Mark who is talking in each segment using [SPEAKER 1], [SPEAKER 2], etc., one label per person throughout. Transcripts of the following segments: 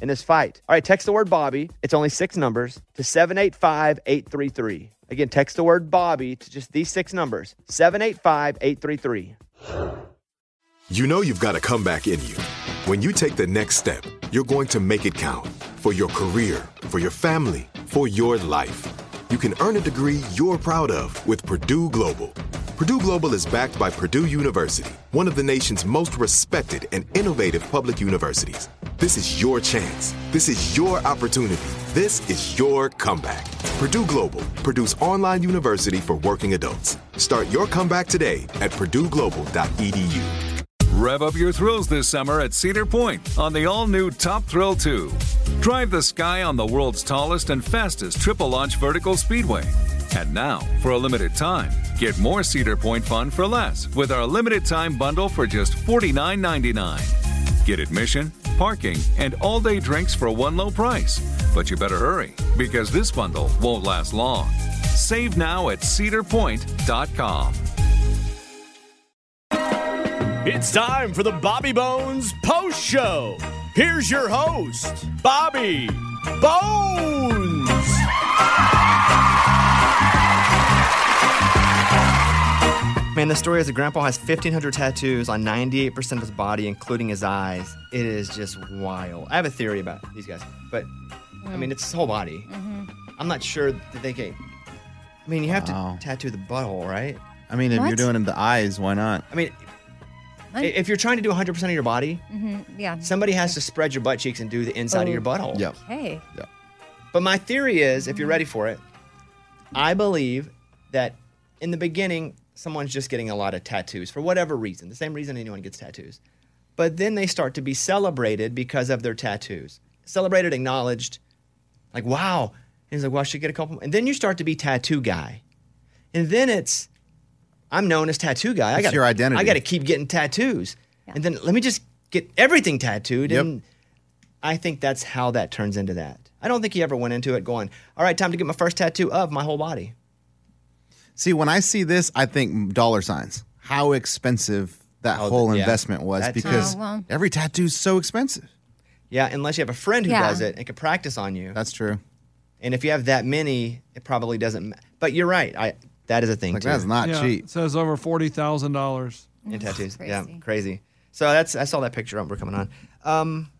[SPEAKER 1] in this fight. All right, text the word Bobby. It's only six numbers to 785 833. Again, text the word Bobby to just these six numbers 785 833.
[SPEAKER 2] You know you've got a comeback in you. When you take the next step, you're going to make it count for your career, for your family, for your life. You can earn a degree you're proud of with Purdue Global. Purdue Global is backed by Purdue University, one of the nation's most respected and innovative public universities. This is your chance. This is your opportunity. This is your comeback. Purdue Global, Purdue's online university for working adults. Start your comeback today at purdueglobal.edu.
[SPEAKER 3] Rev up your thrills this summer at Cedar Point on the all new Top Thrill 2. Drive the sky on the world's tallest and fastest triple launch vertical speedway. And now, for a limited time, get more Cedar Point fun for less with our limited time bundle for just $49.99. Get admission, parking, and all day drinks for one low price. But you better hurry because this bundle won't last long. Save now at cedarpoint.com.
[SPEAKER 4] It's time for the Bobby Bones Post Show. Here's your host, Bobby Bones.
[SPEAKER 1] Man, the story is the grandpa has 1,500 tattoos on 98% of his body, including his eyes. It is just wild. I have a theory about these guys, but I mean, it's his whole body. I'm not sure that they can. I mean, you have
[SPEAKER 5] Wow.
[SPEAKER 1] to tattoo the butthole, right?
[SPEAKER 5] I mean, if
[SPEAKER 6] What?
[SPEAKER 5] you're doing him the eyes, why not?
[SPEAKER 1] I mean, i
[SPEAKER 6] What?
[SPEAKER 1] if you're trying to do 100% of your body,
[SPEAKER 6] Yeah.
[SPEAKER 1] somebody has to spread your butt cheeks and do the inside of your butthole.
[SPEAKER 5] Yep.
[SPEAKER 6] Hey.
[SPEAKER 1] But my theory is, if you're ready for it, I believe that in the beginning, someone's just getting a lot of tattoos for whatever reason, the same reason anyone gets tattoos. But then they start to be celebrated because of their tattoos. Celebrated, acknowledged, like, wow. And he's like, well, I should get a couple. more." And then you start to be tattoo guy. And then it's, I'm known as tattoo guy. I
[SPEAKER 5] It's
[SPEAKER 1] got
[SPEAKER 5] your identity.
[SPEAKER 1] I got to keep getting tattoos.
[SPEAKER 6] Yeah.
[SPEAKER 1] And then let me just get everything tattooed.
[SPEAKER 5] Yep.
[SPEAKER 1] And I think that's how that turns into that. I don't think he ever went into it going, all right, time to get my first tattoo of my whole body.
[SPEAKER 5] See, when I see this, I think dollar signs. How expensive that
[SPEAKER 1] Oh,
[SPEAKER 5] whole
[SPEAKER 1] th- yeah.
[SPEAKER 5] investment was
[SPEAKER 1] That's-
[SPEAKER 5] because
[SPEAKER 6] Oh, well.
[SPEAKER 5] every tattoo's so expensive.
[SPEAKER 1] Yeah, unless you have a friend who
[SPEAKER 6] Yeah.
[SPEAKER 1] does it and can practice on you.
[SPEAKER 5] That's true.
[SPEAKER 1] and if you have that many, it probably doesn't. Ma- but you're right. I that is a thing
[SPEAKER 5] Like
[SPEAKER 1] too.
[SPEAKER 5] that's not
[SPEAKER 7] yeah,
[SPEAKER 5] cheap.
[SPEAKER 7] It says over forty thousand dollars.
[SPEAKER 1] in tattoos. Yeah,
[SPEAKER 6] Crazy.
[SPEAKER 1] crazy. So that's I saw that picture. Um, we're coming on. Um,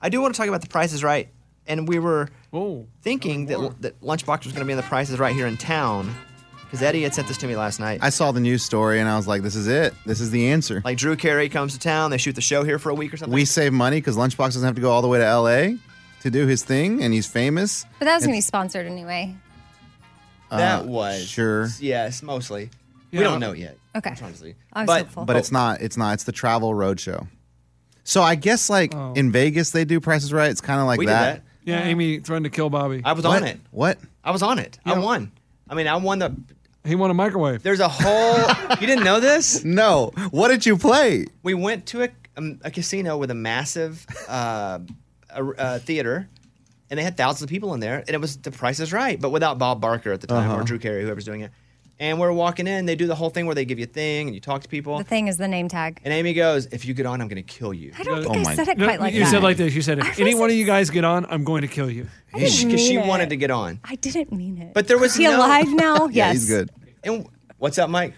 [SPEAKER 1] I do want to talk about the prices right, and we were
[SPEAKER 7] Oh,
[SPEAKER 1] thinking that that Lunchbox was going to be in the prices right here in town because Eddie had sent this to me last night.
[SPEAKER 5] I saw the news story and I was like, this is it. This is the answer.
[SPEAKER 1] like Drew Carey comes to town, they shoot the show here for a week or something.
[SPEAKER 5] we save money because Lunchbox doesn't have to go all the way to LA to do his thing and he's famous.
[SPEAKER 6] But that was going to be sponsored anyway.
[SPEAKER 1] that
[SPEAKER 5] Uh,
[SPEAKER 1] was
[SPEAKER 5] Sure.
[SPEAKER 1] Yes, mostly.
[SPEAKER 7] Yeah.
[SPEAKER 1] We don't know yet.
[SPEAKER 6] Okay.
[SPEAKER 1] I'm trying to see.
[SPEAKER 6] I was
[SPEAKER 1] but
[SPEAKER 6] hopeful.
[SPEAKER 5] But it's not, it's not, it's the travel road show. So I guess like in Vegas they do prices right. It's kind of like
[SPEAKER 1] we
[SPEAKER 5] that.
[SPEAKER 1] did that.
[SPEAKER 7] yeah. Amy threatened to kill Bobby.
[SPEAKER 1] I was
[SPEAKER 5] What?
[SPEAKER 1] on it.
[SPEAKER 5] What?
[SPEAKER 1] I was on it. I won. I mean, I won the.
[SPEAKER 7] he won a microwave.
[SPEAKER 1] There's a whole. you didn't know this?
[SPEAKER 5] No. What did you play?
[SPEAKER 1] We went to a, um, a casino with a massive uh, a, uh theater, and they had thousands of people in there, and it was The Price is Right, but without Bob Barker at the time or Drew Carey, whoever's doing it. And we're walking in. They do the whole thing where they give you a thing and you talk to people.
[SPEAKER 6] The thing is the name tag.
[SPEAKER 1] And Amy goes, "If you get on, I'm going to kill you."
[SPEAKER 6] I don't
[SPEAKER 5] Oh
[SPEAKER 6] think
[SPEAKER 5] my-
[SPEAKER 6] I said it
[SPEAKER 7] No,
[SPEAKER 6] quite like
[SPEAKER 7] you
[SPEAKER 6] that.
[SPEAKER 7] said like this. You said, if any
[SPEAKER 6] wasn't-
[SPEAKER 7] one of you guys get on, I'm going to kill you.
[SPEAKER 6] I didn't
[SPEAKER 1] She, 'cause she
[SPEAKER 6] mean it.
[SPEAKER 1] wanted to get on,
[SPEAKER 6] I didn't mean it.
[SPEAKER 1] but there was
[SPEAKER 6] is he
[SPEAKER 1] no,
[SPEAKER 6] alive now? yes.
[SPEAKER 5] Yeah, he's good.
[SPEAKER 1] And what's up, Mike?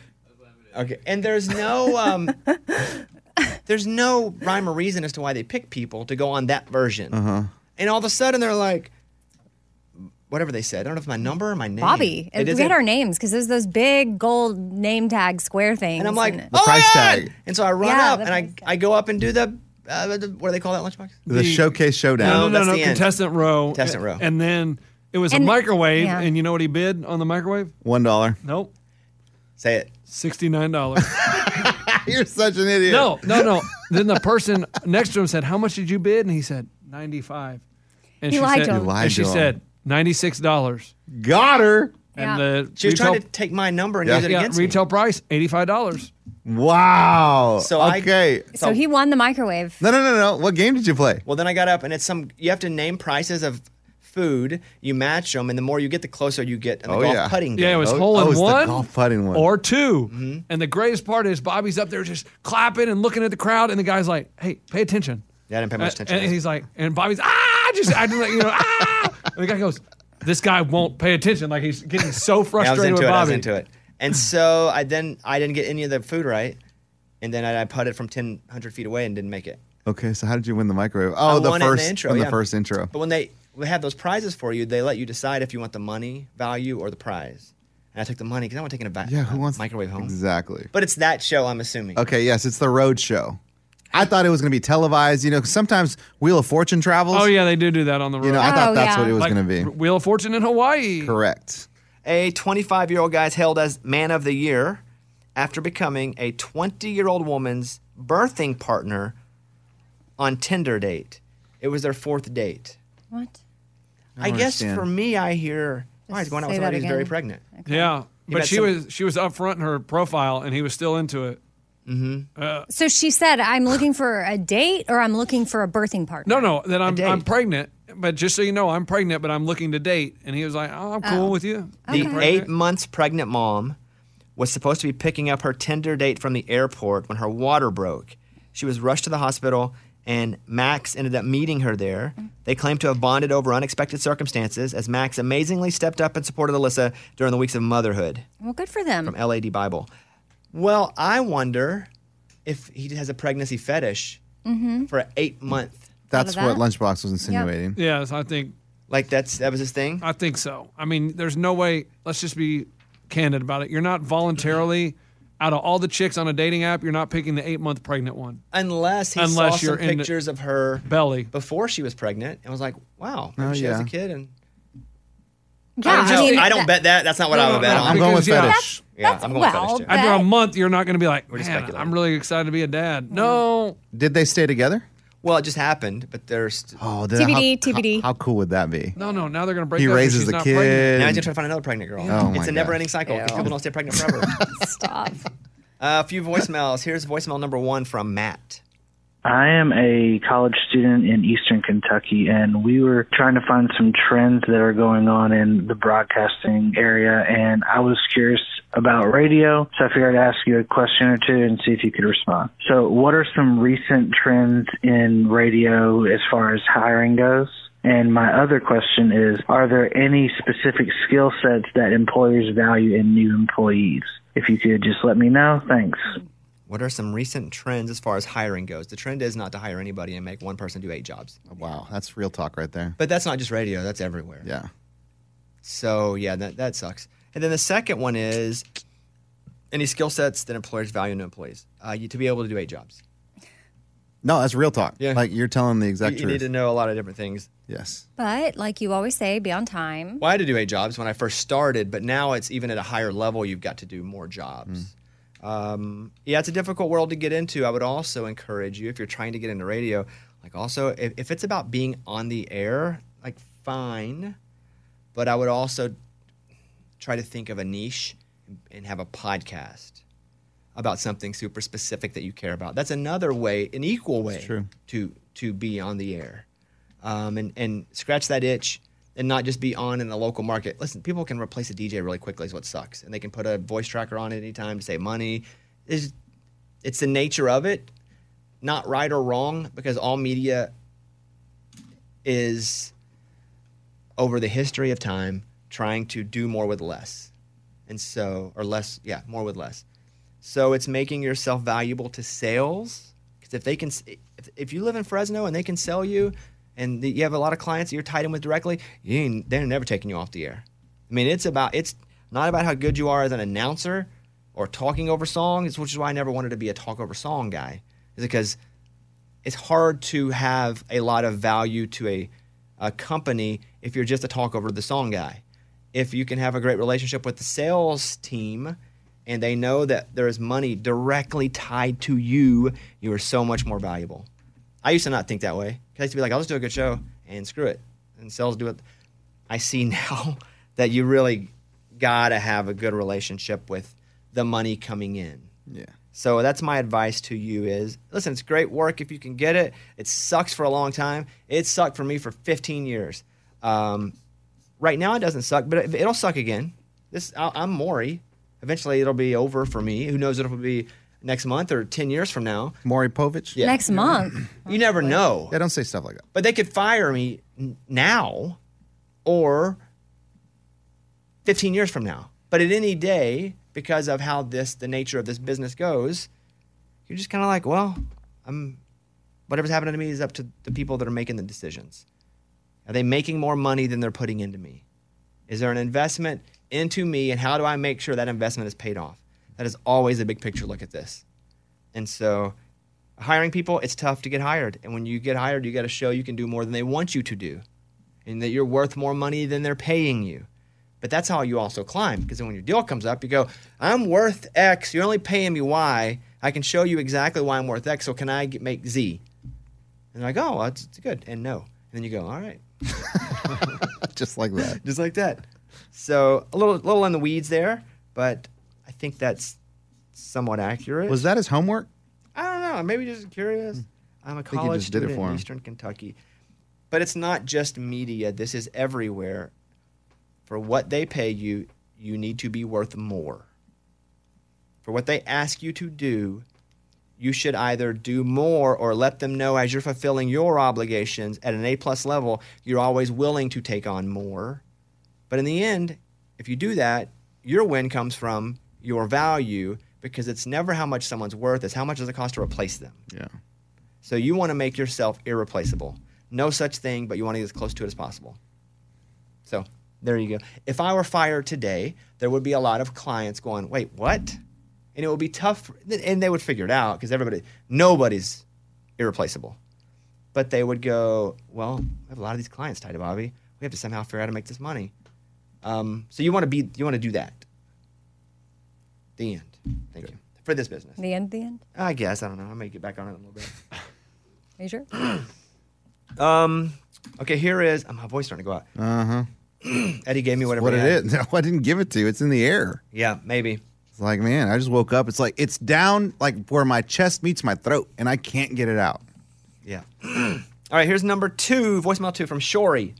[SPEAKER 1] Okay. And there's no um there's no rhyme or reason
[SPEAKER 6] Uh-huh.
[SPEAKER 1] as to why they pick people to go on that version. And all of a sudden they're like whatever they said. I don't know if my number or my name.
[SPEAKER 6] Bobby.
[SPEAKER 1] They did
[SPEAKER 6] we had
[SPEAKER 1] that.
[SPEAKER 6] our names because there's those big gold name tag square things.
[SPEAKER 1] and I'm like,
[SPEAKER 6] it-
[SPEAKER 1] oh my
[SPEAKER 5] price
[SPEAKER 1] God!"
[SPEAKER 5] tag.
[SPEAKER 1] And so I run
[SPEAKER 6] Yeah,
[SPEAKER 1] up
[SPEAKER 6] the
[SPEAKER 1] and I,
[SPEAKER 6] price tag.
[SPEAKER 1] I go up and do the, uh, the what do they call that lunchbox?
[SPEAKER 5] The,
[SPEAKER 7] The-
[SPEAKER 5] showcase
[SPEAKER 7] No,
[SPEAKER 5] showdown.
[SPEAKER 7] no,
[SPEAKER 1] Oh, that's
[SPEAKER 7] no,
[SPEAKER 1] the end.
[SPEAKER 7] contestant row.
[SPEAKER 1] Contestant row.
[SPEAKER 7] And then it was
[SPEAKER 6] And-
[SPEAKER 7] a microwave,
[SPEAKER 6] yeah.
[SPEAKER 7] and you know what he bid on the microwave?
[SPEAKER 5] One dollar.
[SPEAKER 7] Nope.
[SPEAKER 1] Say it.
[SPEAKER 7] $69.
[SPEAKER 5] You're such an idiot.
[SPEAKER 7] No, no, no. then the person next to him said, "How much did you bid?" And he said, 95 And
[SPEAKER 6] He
[SPEAKER 7] she
[SPEAKER 6] lied
[SPEAKER 7] said,
[SPEAKER 6] to him.
[SPEAKER 5] He lied
[SPEAKER 7] and she
[SPEAKER 5] to him.
[SPEAKER 7] said, ninety-six dollars.
[SPEAKER 5] Got her.
[SPEAKER 6] Yeah.
[SPEAKER 7] And uh, the
[SPEAKER 1] She was
[SPEAKER 7] retail,
[SPEAKER 1] trying to take my number and
[SPEAKER 5] Yeah.
[SPEAKER 1] use it
[SPEAKER 7] yeah,
[SPEAKER 1] against
[SPEAKER 7] retail
[SPEAKER 1] me.
[SPEAKER 7] price eighty-five dollars.
[SPEAKER 5] Wow.
[SPEAKER 1] So I-
[SPEAKER 5] okay.
[SPEAKER 6] so he won the microwave.
[SPEAKER 5] No, no, no, no. What game did you play?
[SPEAKER 1] Well, then I got up and it's some. You have to name prices of food. You match them, and the more you get, the closer you get. in the
[SPEAKER 5] Oh,
[SPEAKER 1] golf
[SPEAKER 5] yeah.
[SPEAKER 1] putting game.
[SPEAKER 7] Yeah, it was
[SPEAKER 5] Oh,
[SPEAKER 7] hole in
[SPEAKER 5] oh, it's the
[SPEAKER 7] one,
[SPEAKER 5] golf putting one.
[SPEAKER 7] or 2 And the greatest part is Bobby's up there just clapping and looking at the crowd, and the guy's like, "Hey, pay attention."
[SPEAKER 1] Yeah, I didn't pay much attention.
[SPEAKER 7] And, and he's like, and Bobby's ah, just I just like you know ah, and the guy goes, "This guy won't pay attention." Like he's getting so
[SPEAKER 1] Yeah, I was
[SPEAKER 7] frustrated
[SPEAKER 1] into
[SPEAKER 7] with
[SPEAKER 1] it.
[SPEAKER 7] Bobby.
[SPEAKER 1] I was into it. And so I then I didn't get any of the food right, and then I, I putted from 10, 100 feet away and didn't make it.
[SPEAKER 5] Okay, so how did you win the microwave? Oh,
[SPEAKER 1] I
[SPEAKER 5] the
[SPEAKER 1] won it in
[SPEAKER 5] first
[SPEAKER 1] intro,
[SPEAKER 5] in the
[SPEAKER 1] yeah.
[SPEAKER 5] first intro.
[SPEAKER 1] But when they they have those prizes for you, they let you decide if you want the money value or the prize. And I took the money because I want taking a back.
[SPEAKER 5] Yeah, who wants
[SPEAKER 1] microwave home?
[SPEAKER 5] Exactly.
[SPEAKER 1] But it's that show, I'm assuming.
[SPEAKER 5] Okay, yes, it's the road show. I thought it was going to be televised. You know, 'cause sometimes Wheel of Fortune travels.
[SPEAKER 7] Oh yeah, they do do that on the road.
[SPEAKER 5] You know, I thought
[SPEAKER 6] Oh,
[SPEAKER 5] that's
[SPEAKER 6] yeah.
[SPEAKER 5] what it was
[SPEAKER 7] Like
[SPEAKER 5] going to be.
[SPEAKER 7] Wheel of Fortune in Hawaii.
[SPEAKER 5] Correct.
[SPEAKER 1] A 25 year old guy is hailed as man of the year after becoming a 20 year old woman's birthing partner on Tinder date. It was their fourth date.
[SPEAKER 6] What?
[SPEAKER 1] I, guess
[SPEAKER 5] understand.
[SPEAKER 1] for me, I hear, why he's
[SPEAKER 6] Just
[SPEAKER 1] going out
[SPEAKER 6] say
[SPEAKER 1] with
[SPEAKER 6] that
[SPEAKER 1] somebody who's very
[SPEAKER 6] again.
[SPEAKER 1] pregnant.
[SPEAKER 7] Yeah, but
[SPEAKER 1] met
[SPEAKER 7] she
[SPEAKER 1] some-
[SPEAKER 7] was she was upfront in her profile, and he was still into it.
[SPEAKER 6] So she said, I'm looking for a date or I'm looking for a birthing partner.
[SPEAKER 7] No, no, that I'm
[SPEAKER 1] date.
[SPEAKER 7] I'm pregnant. But just so you know, I'm pregnant, but I'm looking to date. And he was like, "Oh, I'm cool with you."
[SPEAKER 1] The
[SPEAKER 7] Being
[SPEAKER 1] eight
[SPEAKER 7] pregnant.
[SPEAKER 1] months pregnant mom was supposed to be picking up her Tinder date from the airport when her water broke. She was rushed to the hospital, and Max ended up meeting her there. They claim to have bonded over unexpected circumstances as Max amazingly stepped up and supported Alyssa during the weeks of motherhood
[SPEAKER 6] Well, good for them.
[SPEAKER 1] from LAD Bible. Well, I wonder if he has a pregnancy fetish for an eight month.
[SPEAKER 5] That's
[SPEAKER 6] Thought
[SPEAKER 5] what
[SPEAKER 6] of
[SPEAKER 5] Lunchbox was insinuating.
[SPEAKER 7] Yes, I think
[SPEAKER 1] Like that's that was his thing.
[SPEAKER 7] I think so. I mean, there's no way. Let's just be candid about it. You're not voluntarily out of all the chicks on a dating app. You're not picking the eight month pregnant one.
[SPEAKER 1] Unless he
[SPEAKER 7] Unless
[SPEAKER 1] saw
[SPEAKER 7] you're
[SPEAKER 1] some
[SPEAKER 7] in the-
[SPEAKER 1] pictures of her
[SPEAKER 7] Belly.
[SPEAKER 1] before she was pregnant and was like, wow,
[SPEAKER 5] Oh,
[SPEAKER 1] remember she has a
[SPEAKER 5] yeah.
[SPEAKER 1] kid. And
[SPEAKER 6] Yeah,
[SPEAKER 1] I, don't, know. I don't bet that. That's not what I would bet
[SPEAKER 5] no.
[SPEAKER 1] on.
[SPEAKER 5] I'm going with
[SPEAKER 7] Because, yeah,
[SPEAKER 5] fetish.
[SPEAKER 1] Yeah,
[SPEAKER 6] That's-
[SPEAKER 1] I'm going
[SPEAKER 6] well,
[SPEAKER 1] fetish too.
[SPEAKER 6] that-
[SPEAKER 7] After a month, you're not going to be like,
[SPEAKER 1] just
[SPEAKER 7] Man,
[SPEAKER 1] speculating.
[SPEAKER 7] I'm really excited to be a dad.
[SPEAKER 1] Mm.
[SPEAKER 7] No,
[SPEAKER 5] Did they stay together?
[SPEAKER 1] Well, it just happened, but there's.
[SPEAKER 5] Oh, then
[SPEAKER 6] TBD,
[SPEAKER 5] how-
[SPEAKER 6] TBD.
[SPEAKER 5] How, how cool would that be?
[SPEAKER 7] no, no. Now they're going to break
[SPEAKER 5] He
[SPEAKER 7] up. if
[SPEAKER 5] raises
[SPEAKER 7] she's
[SPEAKER 5] the
[SPEAKER 7] not
[SPEAKER 5] kid.
[SPEAKER 7] pregnant.
[SPEAKER 1] Now he's just trying to find another pregnant girl.
[SPEAKER 5] Oh, my
[SPEAKER 1] it's a never-ending
[SPEAKER 5] gosh.
[SPEAKER 1] cycle because
[SPEAKER 6] Ew.
[SPEAKER 1] people don't stay pregnant forever.
[SPEAKER 6] Stop.
[SPEAKER 1] uh, a few voicemails. Here's voicemail number one from Matt.
[SPEAKER 8] I am a college student in Eastern Kentucky, and we were trying to find some trends that are going on in the broadcasting area. And I was curious about radio, so I figured I'd ask you a question or two and see if you could respond. So, what are some recent trends in radio as far as hiring goes? And my other question is Are there any specific skill sets that employers value in new employees? If you could just let me know, thanks.
[SPEAKER 1] What are some recent trends as far as hiring goes? The trend is not to hire anybody and make one person do eight jobs.
[SPEAKER 5] Wow, that's real talk right there.
[SPEAKER 1] But that's not just radio. That's everywhere.
[SPEAKER 5] Yeah.
[SPEAKER 1] So yeah, that that sucks. And then the second one is any skill sets that employers value in employees. Uh, you, to be able to do eight jobs,
[SPEAKER 5] No, that's real talk.
[SPEAKER 1] Yeah.
[SPEAKER 5] Like you're telling the
[SPEAKER 1] you,
[SPEAKER 5] exact
[SPEAKER 1] you
[SPEAKER 5] truth.
[SPEAKER 1] need to know a lot of different things.
[SPEAKER 5] yes.
[SPEAKER 6] But like you always say, be on time.
[SPEAKER 1] Well, I had to do eight jobs when I first started, but now it's even at a higher level. You've got to do more jobs. Um, yeah, it's a difficult world to get into. I would also encourage you if you're trying to get into radio, like also if, if it's about being on the air, like fine, but I would also try to think of a niche and have a podcast about something super specific that you care about. That's another way, an equal way
[SPEAKER 5] true.
[SPEAKER 1] to to be on the air. Um, and and scratch that itch and not just be on in the local market. Listen, people can replace a DJ really quickly is what sucks. And they can put a voice tracker on at any time to save money. It's, it's the nature of it, not right or wrong, because all media is over the history of time trying to do more with less. And so, or less, yeah, more with less. So it's making yourself valuable to sales. Because if they can, if, if you live in Fresno and they can sell you and th- you have a lot of clients that you're tied in with directly, you ain't, they're never taking you off the air. I mean, it's about it's not about how good you are as an announcer or talking over songs, which is why I never wanted to be a talk over song guy, is because it's hard to have a lot of value to a, a company if you're just a talk over the song guy. If you can have a great relationship with the sales team and they know that there is money directly tied to you, you are so much more valuable. I used to not think that way. 'Cause I used to be like, I'll just do a good show and screw it. And sales do it. I see now that you really got to have a good relationship with the money coming in.
[SPEAKER 5] Yeah.
[SPEAKER 1] So that's my advice to you is listen, it's great work if you can get it. It sucks for a long time. It sucked for me for 15 years. Um, right now it doesn't suck, but it, it'll suck again. This I, I'm Maury. Eventually it'll be over for me. Who knows if it'll be next month or 10 years from now.
[SPEAKER 5] Maury Povich?
[SPEAKER 1] Yeah.
[SPEAKER 6] Next month.
[SPEAKER 1] You never know.
[SPEAKER 5] Yeah, don't say stuff like that.
[SPEAKER 1] But they could fire me n- now or 15 years from now. But at any day, because of how this, the nature of this business goes, you're just kind of like, well, I'm, whatever's happening to me is up to the people that are making the decisions. Are they making more money than they're putting into me? Is there an investment into me, and how do I make sure that investment is paid off? That is always a big picture look at this. And so, hiring people, it's tough to get hired. And when you get hired, you got to show you can do more than they want you to do and that you're worth more money than they're paying you. But that's how you also climb because then when your deal comes up, you go, I'm worth X. You're only paying me Y. I can show you exactly why I'm worth X. So can I get, make Z? And they're like, oh, well, that's that's good. And no. And then you go, all right,
[SPEAKER 5] Just like that.
[SPEAKER 1] just like that. So a little, little in the weeds there, but I think that's somewhat accurate.
[SPEAKER 5] Was that his homework?
[SPEAKER 1] I don't know. Maybe just curious. I'm a
[SPEAKER 5] Hmm. you
[SPEAKER 1] college
[SPEAKER 5] just did it
[SPEAKER 1] student
[SPEAKER 5] for
[SPEAKER 1] in
[SPEAKER 5] him.
[SPEAKER 1] Eastern Kentucky, but it's not just media. This is everywhere. For what they pay you, you need to be worth more. For what they ask you to do, you should either do more or let them know as you're fulfilling your obligations at an A plus level, you're always willing to take on more. But in the end, if you do that, your win comes from your value because it's never how much someone's worth, it's how much does it cost to replace them.
[SPEAKER 5] Yeah.
[SPEAKER 1] So you want to make yourself irreplaceable. No such thing, but you want to get as close to it as possible. So there you go. If I were fired today, there would be a lot of clients going, wait, what? And it would be tough. And they would figure it out because everybody, nobody's irreplaceable. But they would go, well, we have a lot of these clients tied to Bobby. We have to somehow figure out how to make this money. Um, so you want to be, you want to do that. The end. Thank you for this business.
[SPEAKER 6] The end, the end.
[SPEAKER 1] I guess I don't know. I may get back on it in a little bit.
[SPEAKER 6] Are you sure?
[SPEAKER 1] Um. Okay, here is oh, my voice starting to go out. Uh huh. Eddie gave me whatever.
[SPEAKER 5] Uh-huh. What
[SPEAKER 1] he
[SPEAKER 5] it
[SPEAKER 1] had.
[SPEAKER 5] is? No, I didn't give it to you. It's in the air.
[SPEAKER 1] Yeah, maybe.
[SPEAKER 5] It's like, man, I just woke up. It's like it's down like where my chest meets my throat, and I can't get it out.
[SPEAKER 1] Yeah. All right. Here's number two. Voicemail two from Shory.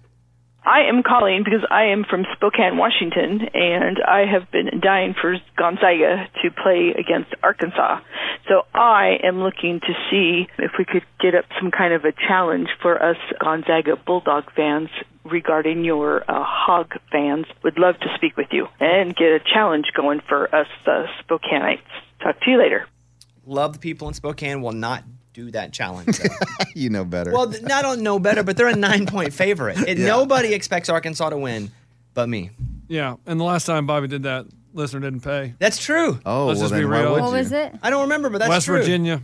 [SPEAKER 8] I am calling because I am from Spokane, Washington, and I have been dying for Gonzaga to play against Arkansas. So I am looking to see if we could get up some kind of a challenge for us Gonzaga Bulldog fans regarding your uh, Hog fans. Would love to speak with you and get a challenge going for us uh, Spokanites. Talk to you later.
[SPEAKER 1] Love the people in Spokane will not do that challenge. though.
[SPEAKER 5] you know better.
[SPEAKER 1] well, th- I don't know better, but they're a nine point favorite. It,
[SPEAKER 5] Yeah.
[SPEAKER 1] Nobody expects Arkansas to win, but me.
[SPEAKER 7] Yeah, and the last time Bobby did that, listener didn't pay.
[SPEAKER 1] That's true.
[SPEAKER 5] oh,
[SPEAKER 7] let's
[SPEAKER 5] well,
[SPEAKER 7] just be
[SPEAKER 5] then why
[SPEAKER 7] real.
[SPEAKER 5] would
[SPEAKER 6] What
[SPEAKER 5] you?
[SPEAKER 6] was it?
[SPEAKER 1] I don't remember, but that's
[SPEAKER 7] West
[SPEAKER 1] true.
[SPEAKER 7] Virginia,